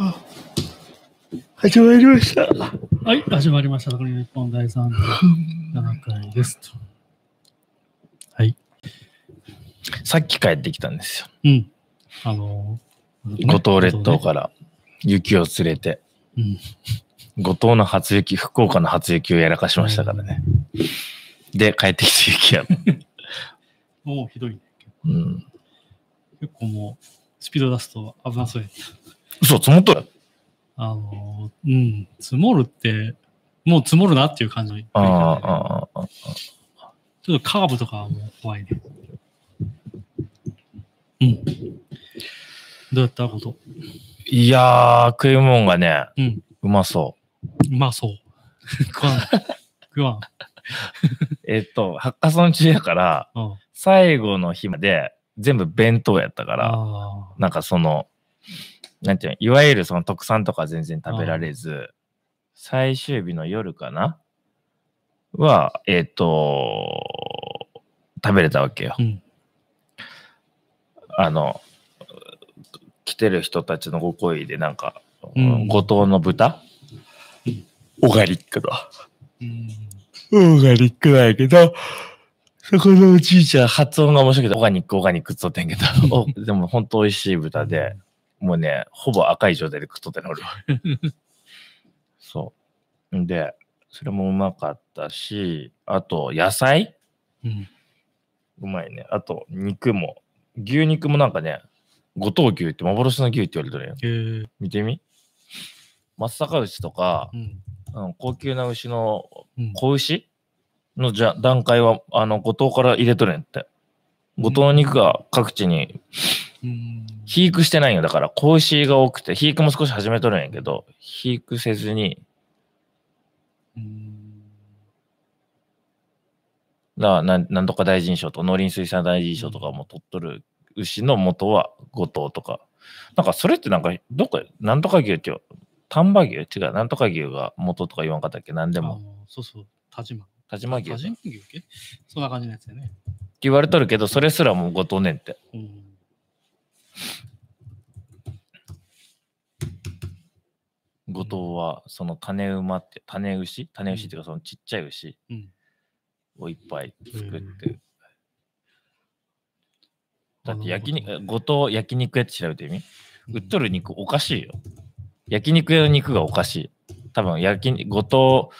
あ始まりました。はい、始まりました。残りの日本第37回ですと。さっき帰ってきたんですよ。うん。あのー、五島列島ら。から雪を連れて。うん五島の初雪、福岡の初雪をやらかしましたからね。で、帰ってきて雪や。もうひどいね。うん。結構もう、スピード出すと危なそうや。嘘、積もっとる。あのー、うん、積もるって、もう積もるなっていう感じの。ああ、ああ、ああ。ちょっとカーブとかはもう怖いね。うん。どうやったこといやー、食いもんがね、うん。うまそうまそう。 食わん。食わん。う。えっと、ハッカソン中やから、うん。最後の日まで全部弁当やったから、あなんかその、なんていうの、いわゆるその特産とか全然食べられず、最終日の夜かなは、えっと、食べれたわけよ。ー。うん。あの、来てる人たちのご厚意で、なんか、うん五島の豚、オガリックだ。うん。オーガニックなんやけど、そこのおじいちゃん発音が面白いけど、オーガニック、オーガニックっつっとってんけど、おでも本当美味しい豚で、もうね、ほぼ赤い状態で食っとったね、俺は。そう。んで、それもうまかったし、あと野菜うん。うまいね。あと肉も、牛肉もなんかね、五島牛って幻の牛って言われてるやん。えー、見てみ松阪牛とかう、ん。あの高級な牛のうん子牛のじゃ段階はあの後藤から入れとるんやって後藤の肉が各地にうん。肥育してないんよだから子牛が多くて肥育も少し始めとるんやけど肥育せずにうんななんなんとか大臣賞と農林水産大臣賞とかも取っとる牛の元は後藤とかなんかそれってなんかどっかなんとか牛ってよ丹波牛違うなんとか牛が元とか言わんかったっけなんであものそうそう、田島。田島牛田って島牛系そんな感じのやつだよね。言われとるけどそれすらもう後藤ねんってうん。後藤はその種馬って種牛種牛っていうかそのちっちゃい牛うん。をいっぱい作っうてだって焼あ肉の後藤焼肉屋って調べてみ売っとる肉おかしいよ焼肉屋の肉がおかしい多分焼き後藤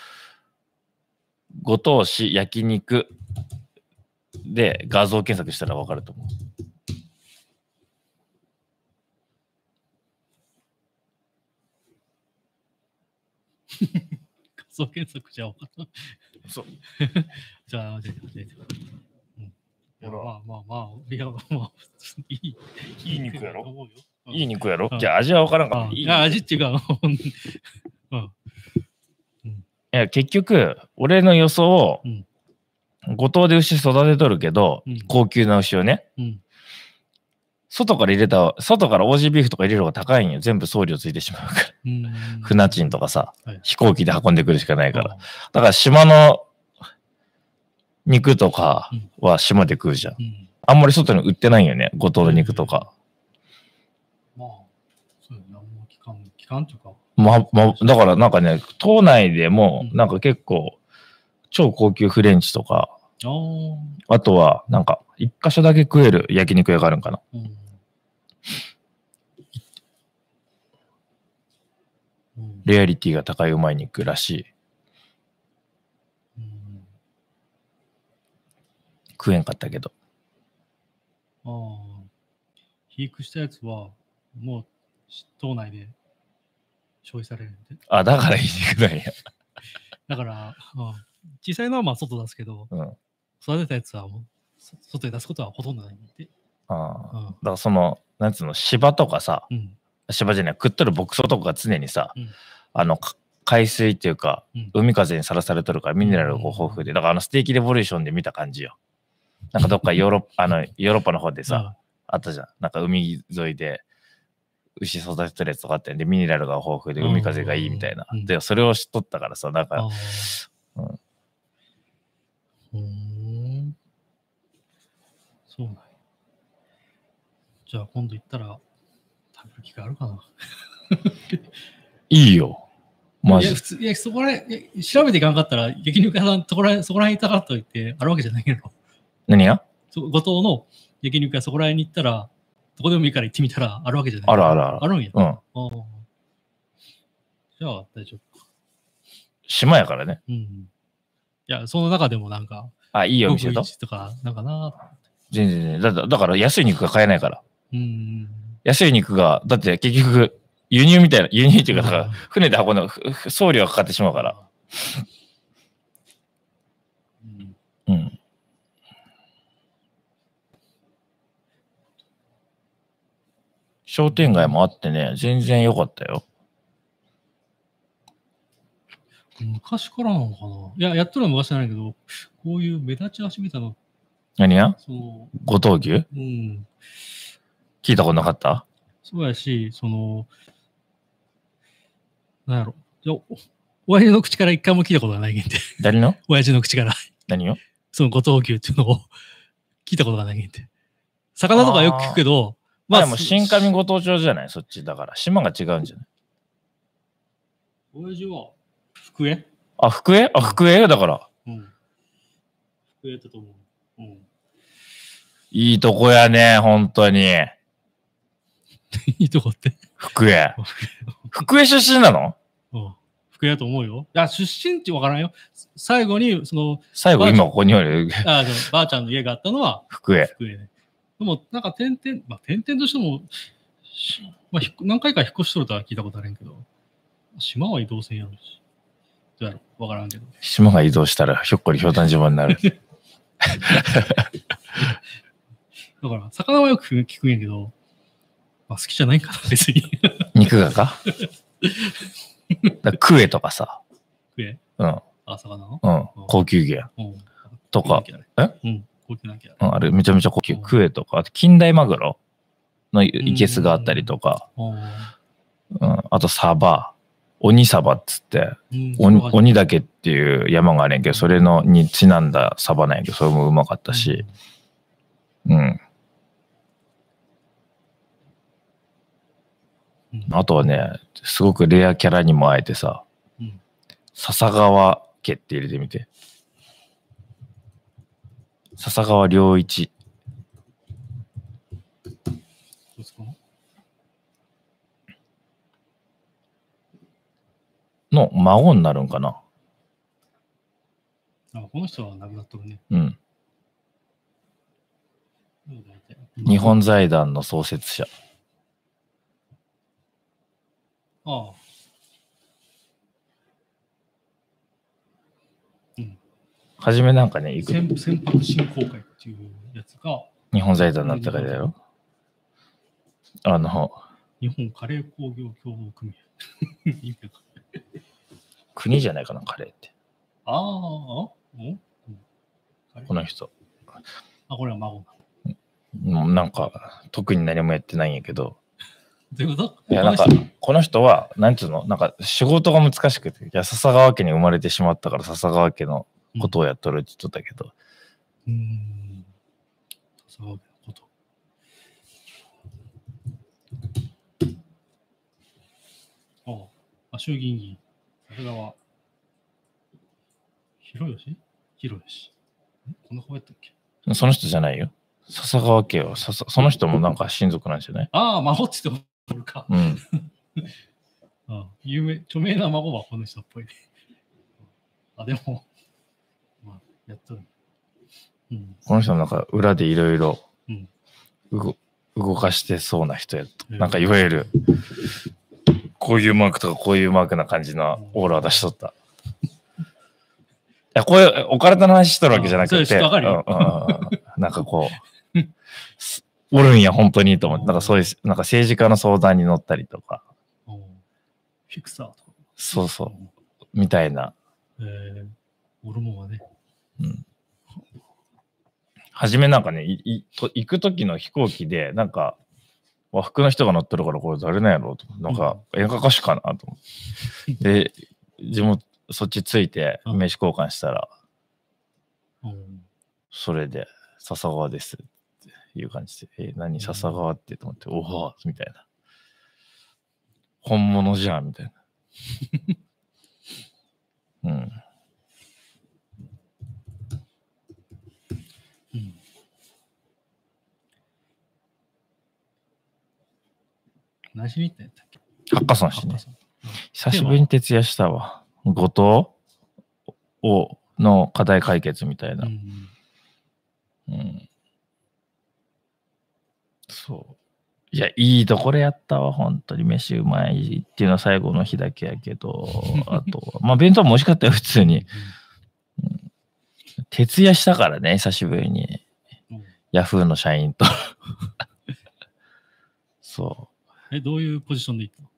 後藤市焼肉で画像検索したらわかると思う画像検索じゃわからんそう じゃあ、出てくる出てくるうんいやほらまあまあまあ、いやまあまあ、いい、いい肉やろと思うようんいい肉やろうんじゃあ味はわからんかあらいいいや味っていうか、いや結局俺の予想を、うん五島で牛育てとるけど、うん高級な牛をねうん。外から入れた外からオージービーフとか入れる方が高いんよ全部送料ついてしまうから、うん。船賃とかさ、はい飛行機で運んでくるしかないだから、。だから島の肉とかは島で食うじゃん、うん。あんまり外に売ってないよね五島の肉とか、まあ、そうやな、もう期間、期間というか。まま、だからなんかね島内でもうんなんか結構超高級フレンチとかああ、あとは、なんか、一箇所だけ食える焼肉屋があるんかな。うん。うんレアリティが高いうまい肉らしい。うん食えんかったけど。ああ、肥育したやつは、もう、島内で消費されるんで。あ、だからいい 肉なんや。だから、うん小さいのはまあ外出すけど、うん。あ育てたやつはもう、そ外へ出すことはほとんどないんで。あ。うん。だからその、なんつうの、芝とかさ、うん。芝じゃない、食っとる牧草とかが常にさ、うんあの、か海水っていうか、うん海風にさらされとるからミネラルが豊富で、だからあのステーキレボリューションで見た感じよ。なんかどっかヨーロッパ、あの、ヨーロッパの方でさ、あったじゃん。なんか海沿いで牛育ててるやつとかあってで、ミネラルが豊富で海風がいいみたいなうん。で、それを知っとったからさ、なんあか、あ。ううーん。そうなんやじゃあ今度行ったら、食べる気があるかな。いいよ。マいや、ジ普。通、いや、そこら辺、いや調べていかなかったら、焼肉屋さん、そこら辺、そこら辺行ったからといって、あるわけじゃないけど、何がそ後藤の焼肉屋、そこら辺に行ったら、どこでもいいから行ってみたら、あるわけじゃない。あるあるあるあるんや。うん。ああじゃあ、大丈夫か。島やからね。うん。いや、その中でもなんか、あ、いいお店国だ。一とか、なんかな。全然全然。だだから安い肉が買えないから。うん。安い肉が、だって結局、輸入みたいな、輸入っていうか、だかうらん船で運んだふふ送料がかかってしまうから。。うん、うん。商店街もあってね、全然良かったよ。昔からなのかな。いや、やっとるのは昔じゃないけど、こういう目立ち始めたの、何やその、五島牛うん、聞いたことなかったそうやし、その、なんやろ。いやお親父の口から一回も聞いたことがないけんて。 誰の親父の口から、何よその五等級っていうのを聞いたことがないけんて。魚とかよく聞くけど、まあでも新上す五島町じゃないそっちだから。島が違うんじゃない親父は、福江あ、福江あ、福江だから。うん。福江だと思 う。うん。いいとこやね、本当に。いいとこって。福 江。福江出身なのうん。福江だと思うよ。いや、出身ってわからんよ。最後に、その、最後、まあ今ここにおるあでもばあちゃんの家があったのは、福江。福江ね。でも、なんか点々、まあ、点々としても、しまあ、ひっ何回か引っ越しとるとは聞いたことあるんけど、島は移動線やろし。どうやろうわからんけど。島が移動したらひょっこりひょうたん島にな る。だから、魚はよく聞くんやけど、まあ、好きじゃないんかな、別に。 肉がかだからクエとかさ。福江うん。あ、魚のうん。高級牛や。うん。とか高級なきゃえねうん、高級なきゃ。うん。あれ、めちゃめちゃ高級。うんクエとか、あと近代マグロのいけすがあったりとか、あうん。あとサバ。鬼サバっつって、ーうん鬼だ鬼岳っていう山があるんやけど、それのにちなんだサバなんやけど、それもうまかったし、。うん。うんあとはね、すごくレアキャラにも会えてさ、うん笹川家って入れてみて。笹川良一。どうですかの孫になるんかな。あこの人は亡くなっとるね。うん。日日本財団の創設者。ああ。うん。はじめなんかね、行く。船船舶振興会っていうやつが、日本財団になったからだよ。あの、日本カレー工業協同組 合。意味わかんない国じゃないかな、カレーって。ああ、あうんカレこーの人。あ、これは孫。もうなんか、特に何もやってないんやけど。どういうこといや、なんか、この人は、なんつうの、なんか、仕事が難しくて、いや、笹川家に生まれてしまったから、笹川家のことをやっとるって言っとったけど、うーん。笹川家のこと。ああ、あ衆議院議員、笹川広吉広吉。んこんな顔やったっけその人じゃないよ。笹川家は、笹その人もなんか親族なんじゃないああ、孫って言っておるか。うん。ああ有名、著名な孫はこの人っぽいね。 あ、でも、まあ、やっとる。うん。この人なんか、裏でいろいろうん、動動かしてそうな人やと。うんなんか、いわゆる、こういうマークとか、こういうマークな感じのオーラを出しとった。いや、こういう、お体の話しとるわけじゃなあくそて、うですわかるようんうんうんうんなんかこう、すおるんや、本当にと思って、なんかそういう、なんか政治家の相談に乗ったりとか、ああフィクサーとか。そうそう、みたいな。えー、俺もはね。初めなんかね、いいと行く時の飛行機で、なんか、和服の人が乗ってるから、これ誰なんやろうと思って。なんか、演歌歌手かなと思って。で、地元、そっち着いて、う名ん刺交換したら、うんそれで、笹川ですっていう感じで、え、何、笹川ってと思って、おおみたいな。本物じゃん、みたいな。うん。うん何しに行ったんやったっけハッカソンしねハッカ。ソン久しぶりに徹夜したわ。後藤をの課題解決みたいなう。んうん。そう。いや、いいところやったわ、本当に。飯うまいっていうのは最後の日だけやけ ど、あとは、まあ、弁当も美味しかったよ、普通に。うん徹夜したからね、久しぶりに。うんヤフーの社 員と。そえ、どういうポジションで行ったの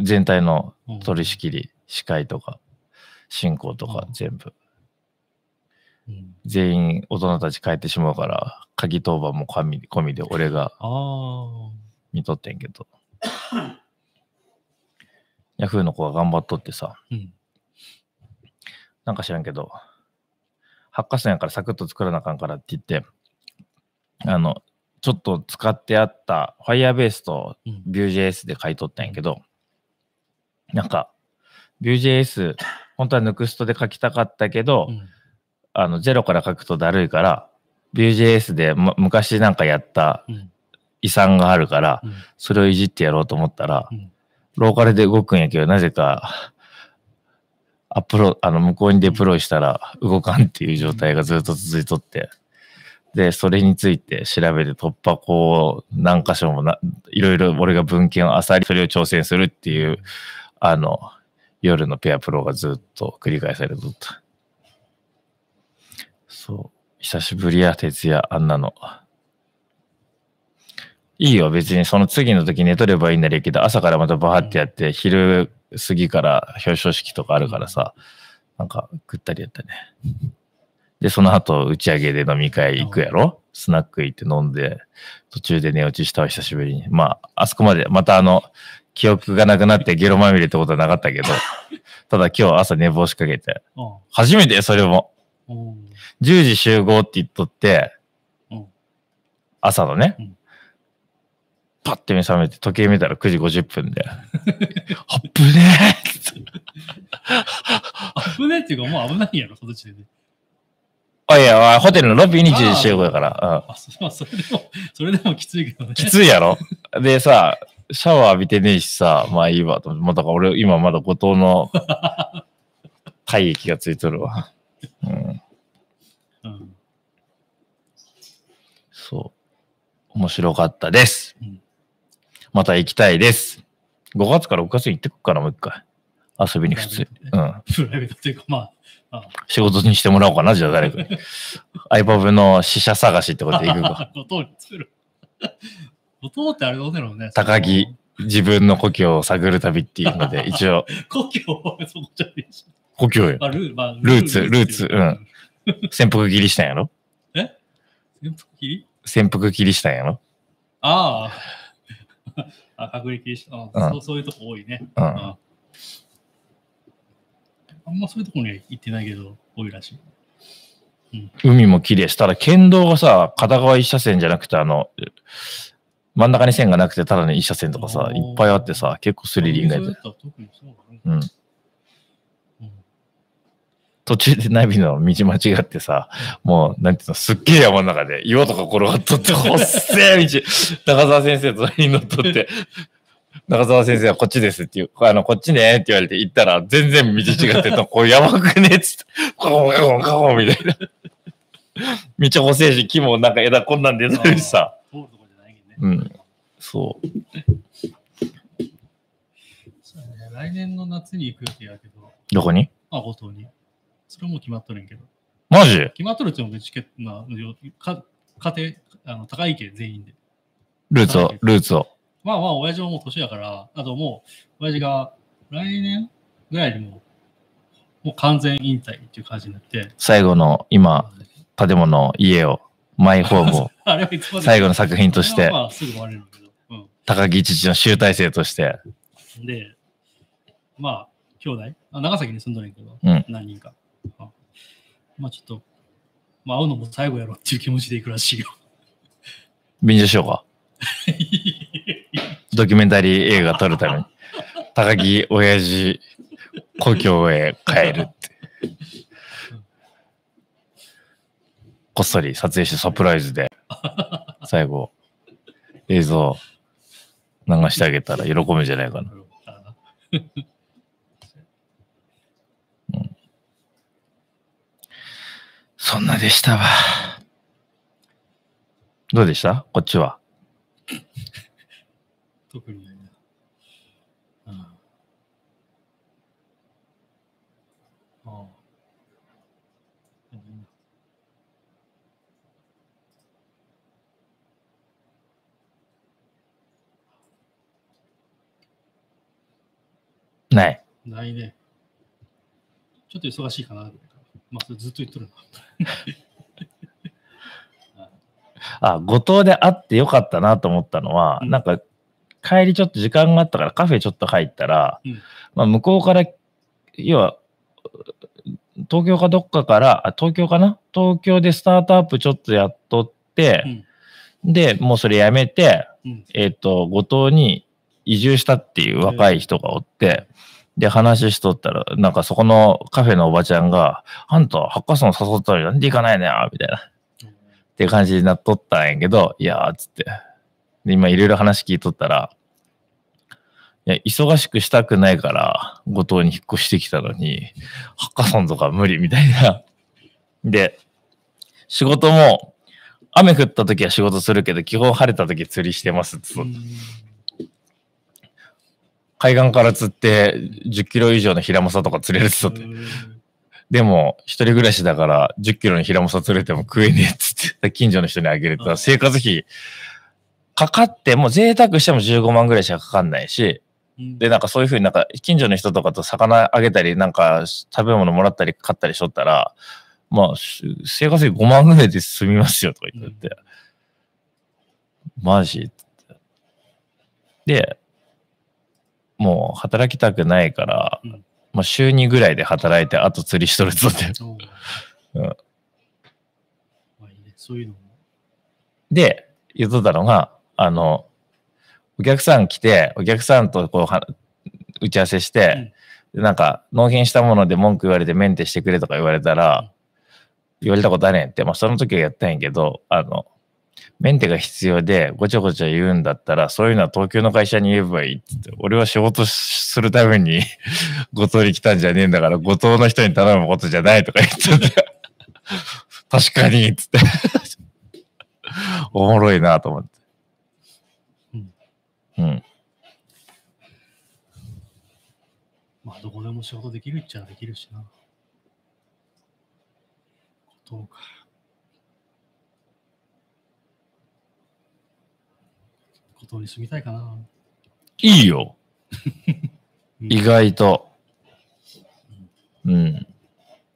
う。全体のうん取り仕切り、司会とか、進行とかう、ん全部。うん全員大人たち帰ってしまうから、鍵当番も込み込みで俺がああ、見とってんけど。ヤフーの子が頑張っとってさ、うん。なんか知らんけど、発火線やからサクッと作らなあかんからって言って、あの、ちょっと使ってあった Firebase とうん。 Vue.js で買い取ったんやけど、なんか、Vue.js、本当は NUXT で書きたかったけど、うんあの、ゼロから書くとだるいから、Vue.js で、む昔なんかやったうん遺産があるから、うんそれをいじってやろうと思ったら、うんローカルで動くんやけど、なぜか、アップロあの、向こうにデプロイしたら動かんっていう状態がずっと続いとって、で、それについて調べて突破口を何箇所もな、いろいろ俺が文献を漁り、それを挑戦するっていう、あの、夜のペアプロがずっと繰り返されとった。そう。久しぶりや、徹夜、あんなの。いいよ、別にその次の時寝とればいいんだけど、朝からまたバーってやって、昼過ぎから表彰式とかあるからさ、なんかぐったりやったね。で、その後、打ち上げで飲み会行くやろスナック行って飲んで、途中で寝落ちしたわ、久しぶりに。まあ、あそこまで、またあの、記憶がなくなってゲロまみれってことはなかった けど、ただ今日朝寝坊しかけて、ああ、初めてそれも、おー10時集合って言っとって、うん朝のね、うんパッて目覚めて時計見たら9時50分で、 あっぶねえ 危ないっていうか、もう危ないんやろ、その時点で。あ、いや、ホテルのロビーに10時集合だから、うんあ、そ,、まあ、それでも、それでもきついけどね。きついやろでさ、シャワー浴びてねえしさ、まあいいわと思って、まあだから俺今まだ後藤 の体液がついとるわ。うんうん。そう。面白かったです。うんまた行きたいです。5月から6月に行ってくっから、もう一回。遊びに普通に。プうん。プライベートっていうか、まあ、仕事にしてもらおうかな、じゃあ誰かに。iPub の死者探しってことで行くか。 後藤に作る。後藤ってあれどうせのね。高木自分の故郷を探る旅っていうので、一応、その。故 郷はそこじゃねえし。故郷よ。まあ、ルー、まあ、ルーツルーツうん。潜伏切りしたんやろ潜伏切り潜伏切りしたんやろあ あ。あ、隠れ切りした。あうんそうそういうとこ多いね。ううんん。あんまそういうとこには行ってないけど、多いらしい。海も綺麗したら、県道がさ、片側一車線じゃなくて、あの、真ん中に線がなくて、ただの一車線とかさあ、ーいっぱいあってさ、結構スリリングやったそうやったら特にそうだねうん。うん途中でナビの道間違ってさ、もう、なんていうの、すっげえ山の中で、岩とか転がっとって、ほっせえ道、 中澤先生と隣に乗っとって、中澤先生はこっちですっていう、あの、こっちねって言われて行ったら、全然道違ってた、これやばくねっつって、カゴンカゴンカゴンみたいな。道補正し、木もなんか枝こんなんでるしさ、通るとこじゃないけどね。うん。そう。そうやね来年の夏に行く予定やけど、どこにまあ、後藤に。それはもう決まっとるんやけど。マジ決まっとるっていうのもチケット、まあ、よか家庭、あの高い家全員で。ルーツを、ルーツを。まあまあ、親父ももう年だから、あともう、親父が来年ぐらいにもう、もう完全引退っていう感じになって、最後の、今、建物、家を、マイホーム を、あれはいつまで最後の作品としあれては、まあ、すぐ終われるんだけど。うん。高木父の集大成として、で、まあ、兄弟、あ長崎に住んどるんやけど、うん何人か。あまあ、ちょっと、まあ、会うのも最後やろっていう気持ちで行くらしいよ。便乗しようか。ドキュメンタリー映画撮るために。高木、親父、故郷へ帰るって。こっそり撮影してサプライズで、最後、映像流してあげたら喜ぶんじゃないかな。あそんなでしたわ。どうでしたこっちは。特にないな。ああ。ああ。ない。ないね。ちょっと忙しいかな。まあ、それずっと言っとるな。あ、後藤で会ってよかったなと思ったのは、うんなんか、帰りちょっと時間があったからカフェちょっと入ったら、うんまあ、向こうから、要は、東京かどっかから、あ、東京かな東京でスタートアップちょっとやっとって、で、もうそれやめて、うん。うん。えっ、と、後藤に移住したっていう若い人がおって、で、話しとったら、なんかそこのカフェのおばちゃんが、あんた、ハッカソン誘ったのになんで行かないのよ、みたいな。っていう感じになっとったんやけど、いやーっつって。で、今いろいろ話聞いとったら、いや、忙しくしたくないから、後藤に引っ越してきたのに、ハッカソンとか無理みたいな。で、仕事も、雨降った時は仕事するけど、基本晴れた時釣りしてますっつっとうってん海岸から釣って10キロ以上のヒラマサとか釣れ るっつっとって。でも、一人暮らしだから、10キロのヒラモサ釣れても食えねえっつって、近所の人にあげるうと、ん生活費、かかっても、贅沢しても15万ぐらいしかかかんないし、うんで、なんかそういうふうになんか、近所の人とかと魚あげたり、なんか食べ物もらったり買ったりしとったら、まあ、し生活費5万ぐらいで済みますよとか言ってて、マジってで、もう働きたくないから、うんまあ週2ぐらいで働いて、あと釣りしとるっつって。おううんまあいいね、そういうのも。で、言っとったのが、あの、お客さん来て、お客さんとこうは、打ち合わせして、でなんか、納品したもので文句言われてメンテしてくれとか言われたら、言われたことあれんって、まあ、その時はやったんやけど、あの、メンテが必要で、ごちゃごちゃ言うんだったら、そういうのは東京の会社に言えばいいっつって、俺は仕事するために、 後藤に来たんじゃねえんだから、後藤の人に頼むことじゃないとか言っとって、確かに、っつって。おもろいなと思って。うん。うん。まあ、どこでも仕事できるっちゃできるしな。ことか。ことに住みたいかな。いいよ。うん意外と。うん。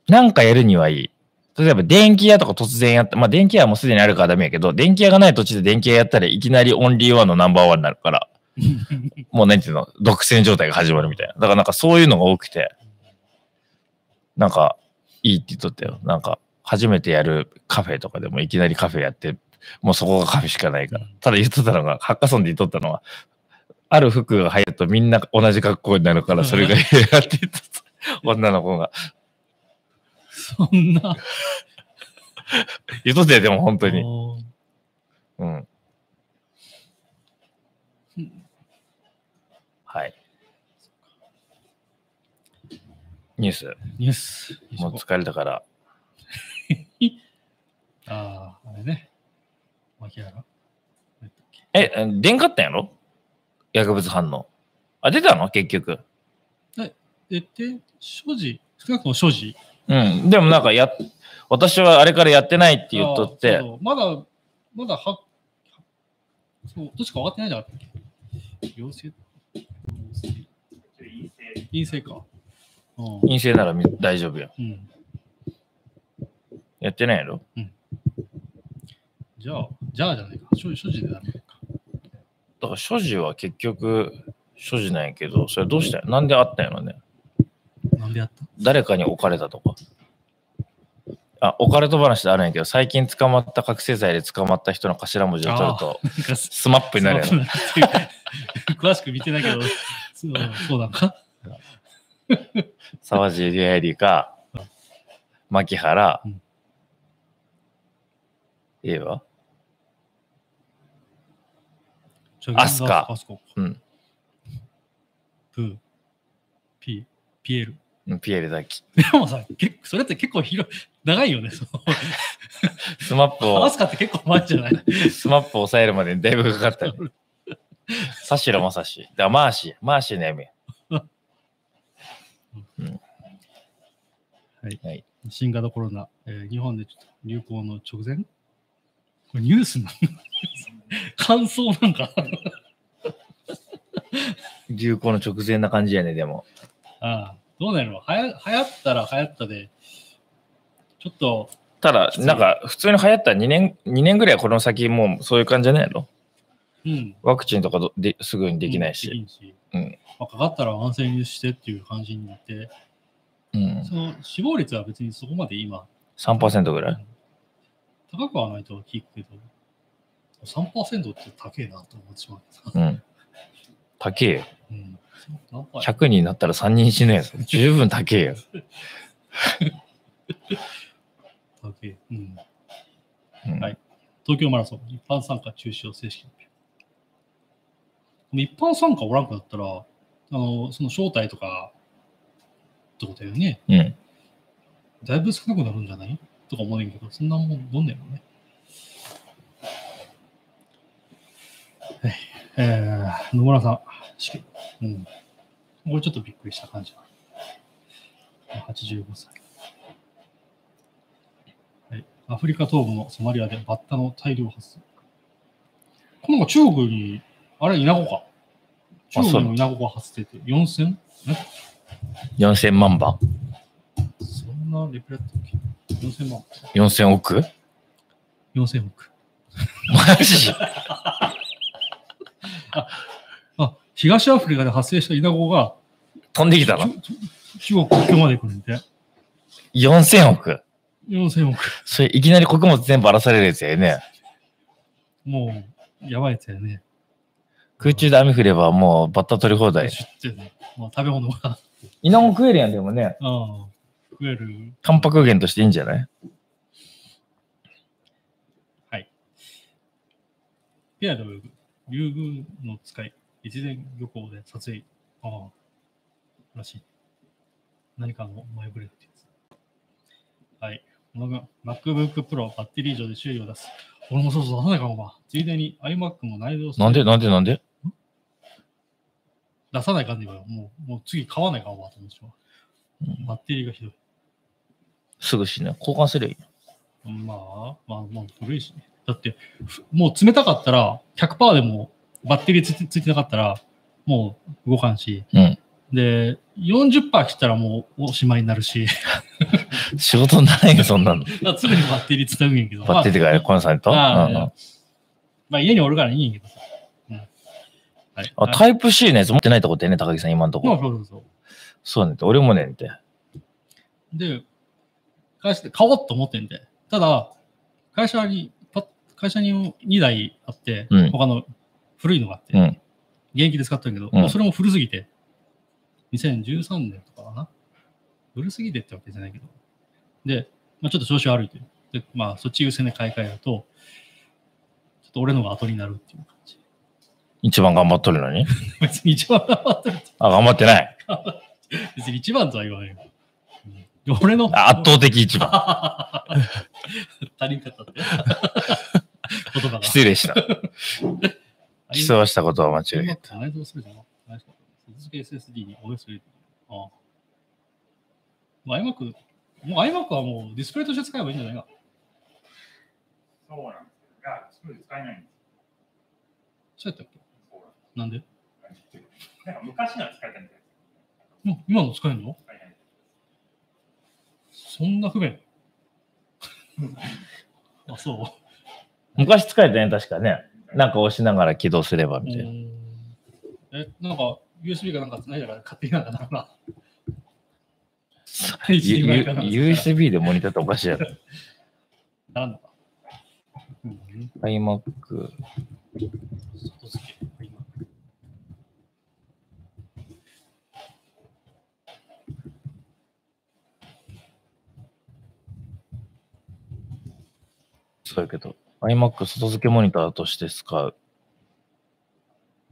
なんかやるにはいい。例えば電気屋とか突然やった。まあ電気屋はもうすでにあるからダメやけど、電気屋がない土地で電気屋やったらいきなりオンリーワンのナンバーワンになる から、もうなんていうの、独占状態が始まるみたいな。だからなんかそういうのが多くて、なんか、いいって言っとったよ。なんか、初めてやるカフェとかでもいきなりカフェやって、もうそこがカフェしかないからうん。ただ言っとったのが、ハッカソンで言っとったのは、ある服が入るとみんな同じ格好になるから、それが嫌だって言っと った。女の子が。そんな。言っとったよ、でも本当に。おーうんうん。はい。ニュース、ニュース。もう疲れたから、ああ、あれね。牧原。なんだっけえ、電化ったんやろ薬物反応。あ、出たの結局。えって、所持、少なくとも所持。うん。でもなんかや、私はあれからやってないって言っとっあーてそう、そうまだ、まだは、そう、どっちか分かってないじゃん。陽性陽性陰性か。うん陰性ならみ大丈夫や。うん。やってないやろじゃあ、じゃあじゃないか。所持所持でダメか。だから所持は結局、所持なんやけど、それどうしたんやなんであったんやろね。なんでやった誰かに置かれたとか。あ、置かれと話であるんやけど、最近捕まった覚醒剤で捕まった人の頭文字を取ると、なんか、ススマップになるやろ。 マップになるっていう詳しく見てないけど、そうそうなんか。沢尻エリカ、牧原うん、ええわ。アアスカアスカ。うん。ブー。ピー。ピエール。うんピエール滝。でもさ、結構それって結構広い、長いよね。そスマッ プのアをス、カって結構前じゃないスマップを抑えるまでにだいぶかかった ね。サシロマサシ。だ、マーシー。マーシーの闇。新型コロナ、えー日本でちょっと流行の直前これニュースなの 感想なんか流行の直前な感じやね、でも。ああどうなるのはや流行ったら流行ったで、ちょっと、ただ、なんか、普通に流行ったら2年、2年ぐらいはこの先、もうそういう感じじゃないのうん。ワクチンとかどですぐにできないし。できんし。うんまあ、かかったら安静にしてっていう感じになって、うんその死亡率は別にそこまで今、 3%ぐらい高くはないとは聞くけど、3%って高えなと思ってしまった。うん。高えよ。うん。何パー100人になったら3人死ぬやつ。十分高えよ。高え。うん。うんはい東京マラソン、一般参加中止を正式発表。でも一般参加おらんくなったら、あの、その招待とか、ってことだよね。うん。だいぶ少なくなるんじゃないとか思うねんけど、そんなもん、どんねんのね。はいえー、野村さん、死刑。うん。これちょっとびっくりした感じだ85歳。はい。アフリカ東部のソマリアでバッタの大量発生。この子中国に、あれ、稲子か。あ中国の稲子が発生って 4000? 4000万番。そんなレプレット ?4000 万。 4000億 4000億。マジあ、東アフリカで発生したイナゴが飛んできたの中中国国境まで来るんで、 ?4000 億4000億。それいきなり穀物全部荒らされるやつやよね。もう、やばいやつやね。空中で雨降ればもうバッタ取り放題。知ってるね。まあ、食べ物が、 稲も食えるやんでもね。ああ、食える。タンパク源としていいんじゃないペアで泳ぐ。竜宮の使い。越前漁港で撮影。ああ、らしい。何かの前触れってやつ。はい。この MacBook Pro バッテリー上で修理を出す。俺もそうそう出さないかもな。ついでに iMac も内蔵するなんでなんでなんで出さないかんねばよ。もう、もう次買わないかんわ、と思ってしまう。バッテリーがひどい。すぐ死ぬ。交換するよ。まあ、まあ、まあ、古いしね。だって、ふもう冷たかったら、100%でもバッテリーついついてなかったら、もう動かんし。うんで、40%切ったらもうおしまいになるし、 仕事にならんよ、そんなの。まあ常にバッテリーつなぐんやけど。バッテリーがまコンサート、あ、ああうんうんまあ家におるからいいんやけどさ。うんはい。あ、タイプ C のやつ持ってないとこだよね、高木さん、今のとこまあろ。そうそうそう。そうねんて、俺もねんて。で、会社で買おうと思ってんで、ただ、会社に、パ会社に2台あって、うん他の古いのがあって、うん。現役で使ったんやけど、うんもうそれも古すぎて、2013年とかかな。古すぎてってわけじゃないけど。で、まあ、ちょっと調子悪いという。で、まあ、そっち優先で買い替えると、ちょっと俺のが後になるっていう感じ。 一番頑張っとるのに。別に一番頑張ってるあ、頑張ってない。別に一番とは言わないよ。うん俺の。あ圧倒的一番。 足りんかっ たって。言葉が。失礼 した。競わしたことは間違ういなまい。く内蔵するじゃん。内蔵続け SSD に OS 入れてああ。まあ、iMac、もう iMac はもうディスプレイとして使えばいいんじゃないか。そうなんですよ。が、スプーン使えないんですそうやったっけよ。そうなんでなんですよなんか昔のは使えたみたいですけど。もう今の使えるの使えない。そんな不便。あ、そ昔使えたね、確かね。なんか押しながら起動すればう。うみたいな。ーんえ、なんか USB かなんかつないだから勝手になんかなるな。ゆ ゆ HDMI かなんかつないだら USB でモニターっておかしいやろ。ならんのか。うん、 iMac。外付け。そうやけど、iMac 外付けモニターとして使う。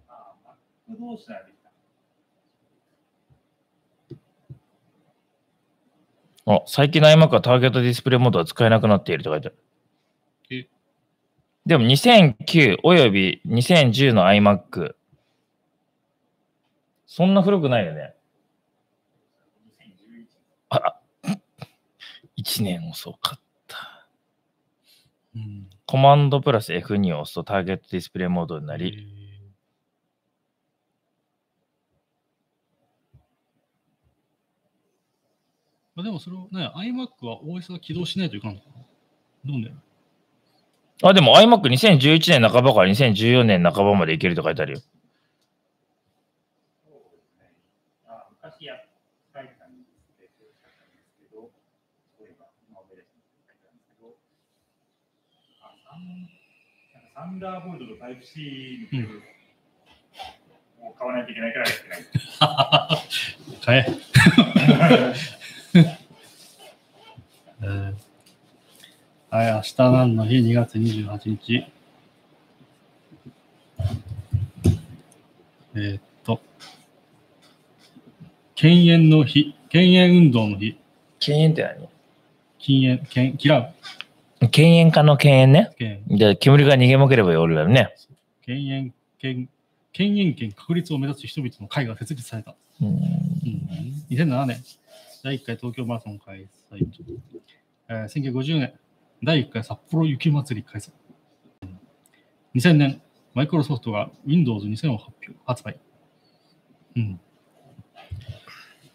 ああ、Mac 同士ならできた。あ、最近の iMac はターゲットディスプレイモードは使えなくなっていると書いてある。えでも2009および2010の iMac、そんな古くないよね。2011あ、1年遅かった。うん。コマンドプラス F2 を押すとターゲットディスプレイモードになり、まあ、でもそれをね、iMac は OS が起動しないといかんのかなどうね。あ、でも iMac2011 年半ばから2014年半ばまでいけると書いてあるよ。そうですね。ああ昔や使えたんですけど、使ったんですけど、そういえば、今オペレーションで使えたんですけど、あサンなんかサンダーボルトと Type-C のケーブルを買わないといけないからやってない。買え。えー はい、明日何の日 ?2 月28日。えーっと、禁煙の日、禁煙運動の日、禁煙って禁煙、禁嫌う、何禁煙家の禁煙ね。禁で、煙が逃げまければよるだろね。禁煙、禁禁煙権確立を目指す人々の会が設立された。うん2007年、第1回東京マラソン開催、えー1950年、第1回札幌雪まつり開催。2000年、マイクロソフトが Windows2000 を発表発売。うん。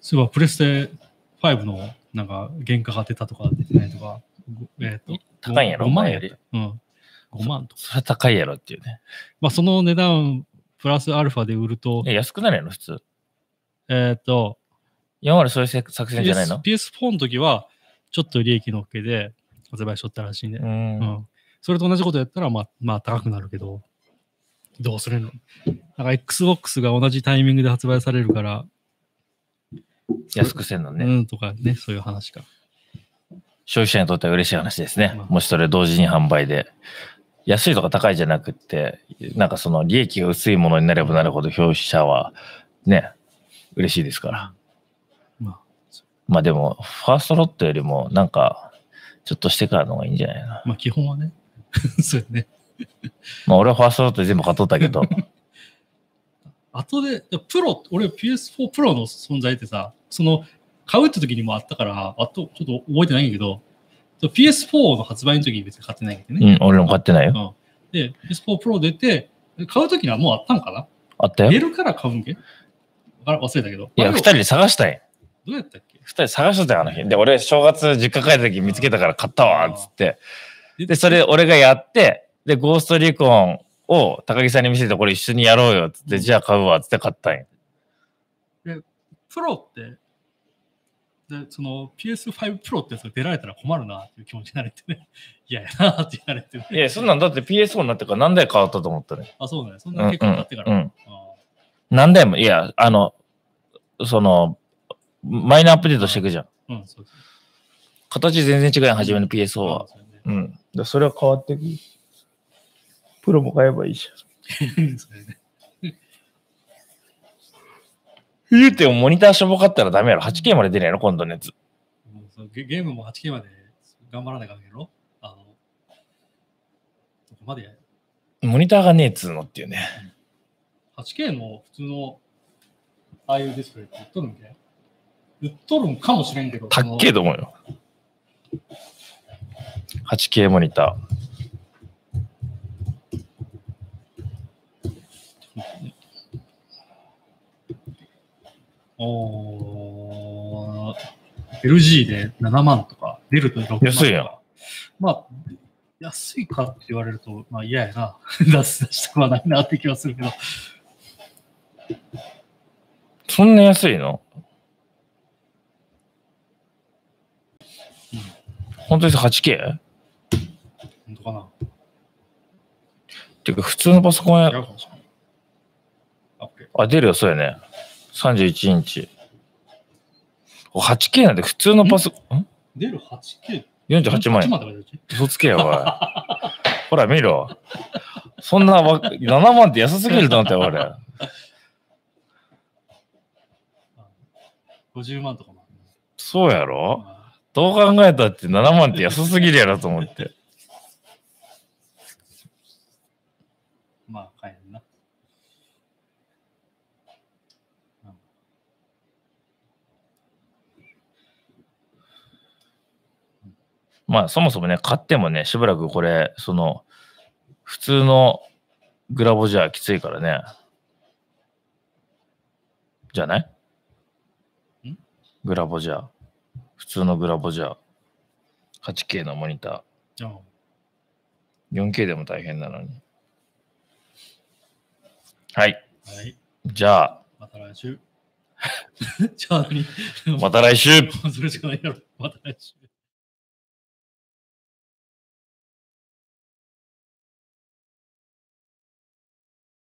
そういえば、プレステ5のなんか原価が出たとか出てないとか、ごえー、と高いんやろ5万前よやったり。うん。5万とか。それは高いやろっていうね。まあ、その値段、プラスアルファで売ると、え安くなるやろ、普通。えっ、と、今までそういう作戦じゃないの PS PS4 の時は、ちょっと利益のっけで発売しとったらしいね。ううんん。それと同じことやったら、まあ、まあ、高くなるけど、どうするのなんか Xbox が同じタイミングで発売されるから、安くせんのね、うんとかね、そういう話か。消費者にとっては嬉しい話ですねまあ。もしそれ同時に販売で。安いとか高いじゃなくって、なんかその利益が薄いものになればなるほど消費者はね、嬉しいですから。ままあでも、ファーストロットよりも、なんか、ちょっとしてからの方がいいんじゃないなあ、。まあ、基本はね。 そうやね。まあ俺はファーストロットで全部買っとった けど、あとで、プロ、俺 PS4 プロの存在ってさ、その、買うって時にもあったから、あと、ちょっと覚えてないんやけど、PS4 の発売の時に別に買ってないんやけどうね。ん、俺も買ってないよ。で、PS4 Pro 出て、買う時にはもうあったんかなあったよ。メいールから買うんけあら忘れたけど。や、あ二れ人で探したい。どうやったっけ二人探してたよ、あの日。で、俺、正月実家帰った時見つけたから買ったわ、っつって。で、それ俺がやって、で、ゴーストリコンを高木さんに見せて、これ一緒にやろうよ、っつって、じゃあ買うわ、っつって買ったんよ。プロって、でその PS5 プロってやつが出られたら困るなっていう気持ちになれてね。 嫌やなって言われてね。いや、そんなんだって PS4 になってから何台変わったと思ったね。あ、そうだね。そんう、なん結う構経んってか、ら。うん。あ何台も、いや、あの、その、マイナーアップデートしていくじゃん。ーうん、そうそう形全然違うよ、初めの PS4 は。そうねうん。だからそれは変わってくる。プロも買えばいいじゃそうね ん。言うてもモニターしょぼかったらダメやろ。8K まで出ないの今度のやつ。もうそのゲゲームも 8K まで頑張らないからけど、あの、そこまでやモニターがねえっつうのっていうね。 8K の普通のああいうディスプレイって売っとるんけ売っとるんかもしれんけど、かそっのけえと思うよ。8K モニタおー LG で7万とか、出ると6万とか。安いやんまあ、安いかって言われると、まあ嫌やな。 出す出したくはないなって気はするけど。ー。そんな安いのうん本当に 8K? っ本当かな。ていうか普通のパソコン違や、うかもしれない。あ、OK。あ、出るよ、そうやね。31インチ。8K なんて普通のパソコン、ん出る 8K って48万ち円ょっと。待って待って嘘つけよ、おい。ほら、見ろ。そんなわ、7万って安すぎると思ったよ、俺。 50万とかもあるねそうやろまあどう考えたって7万って安すぎるやろと思って。まあ、買えんな。うんまあ、そもそもね、買ってもね、しばらくこれ、その、普通のグラボじゃきついからね。じゃないんグラボじゃ。普通のグラボじゃ。8K のモニタじゃあ、ー。4K でも大変なのに。はい。はい。じゃあ、また 来週。じゃあ何また来週もうそれしかないだろ。また来週。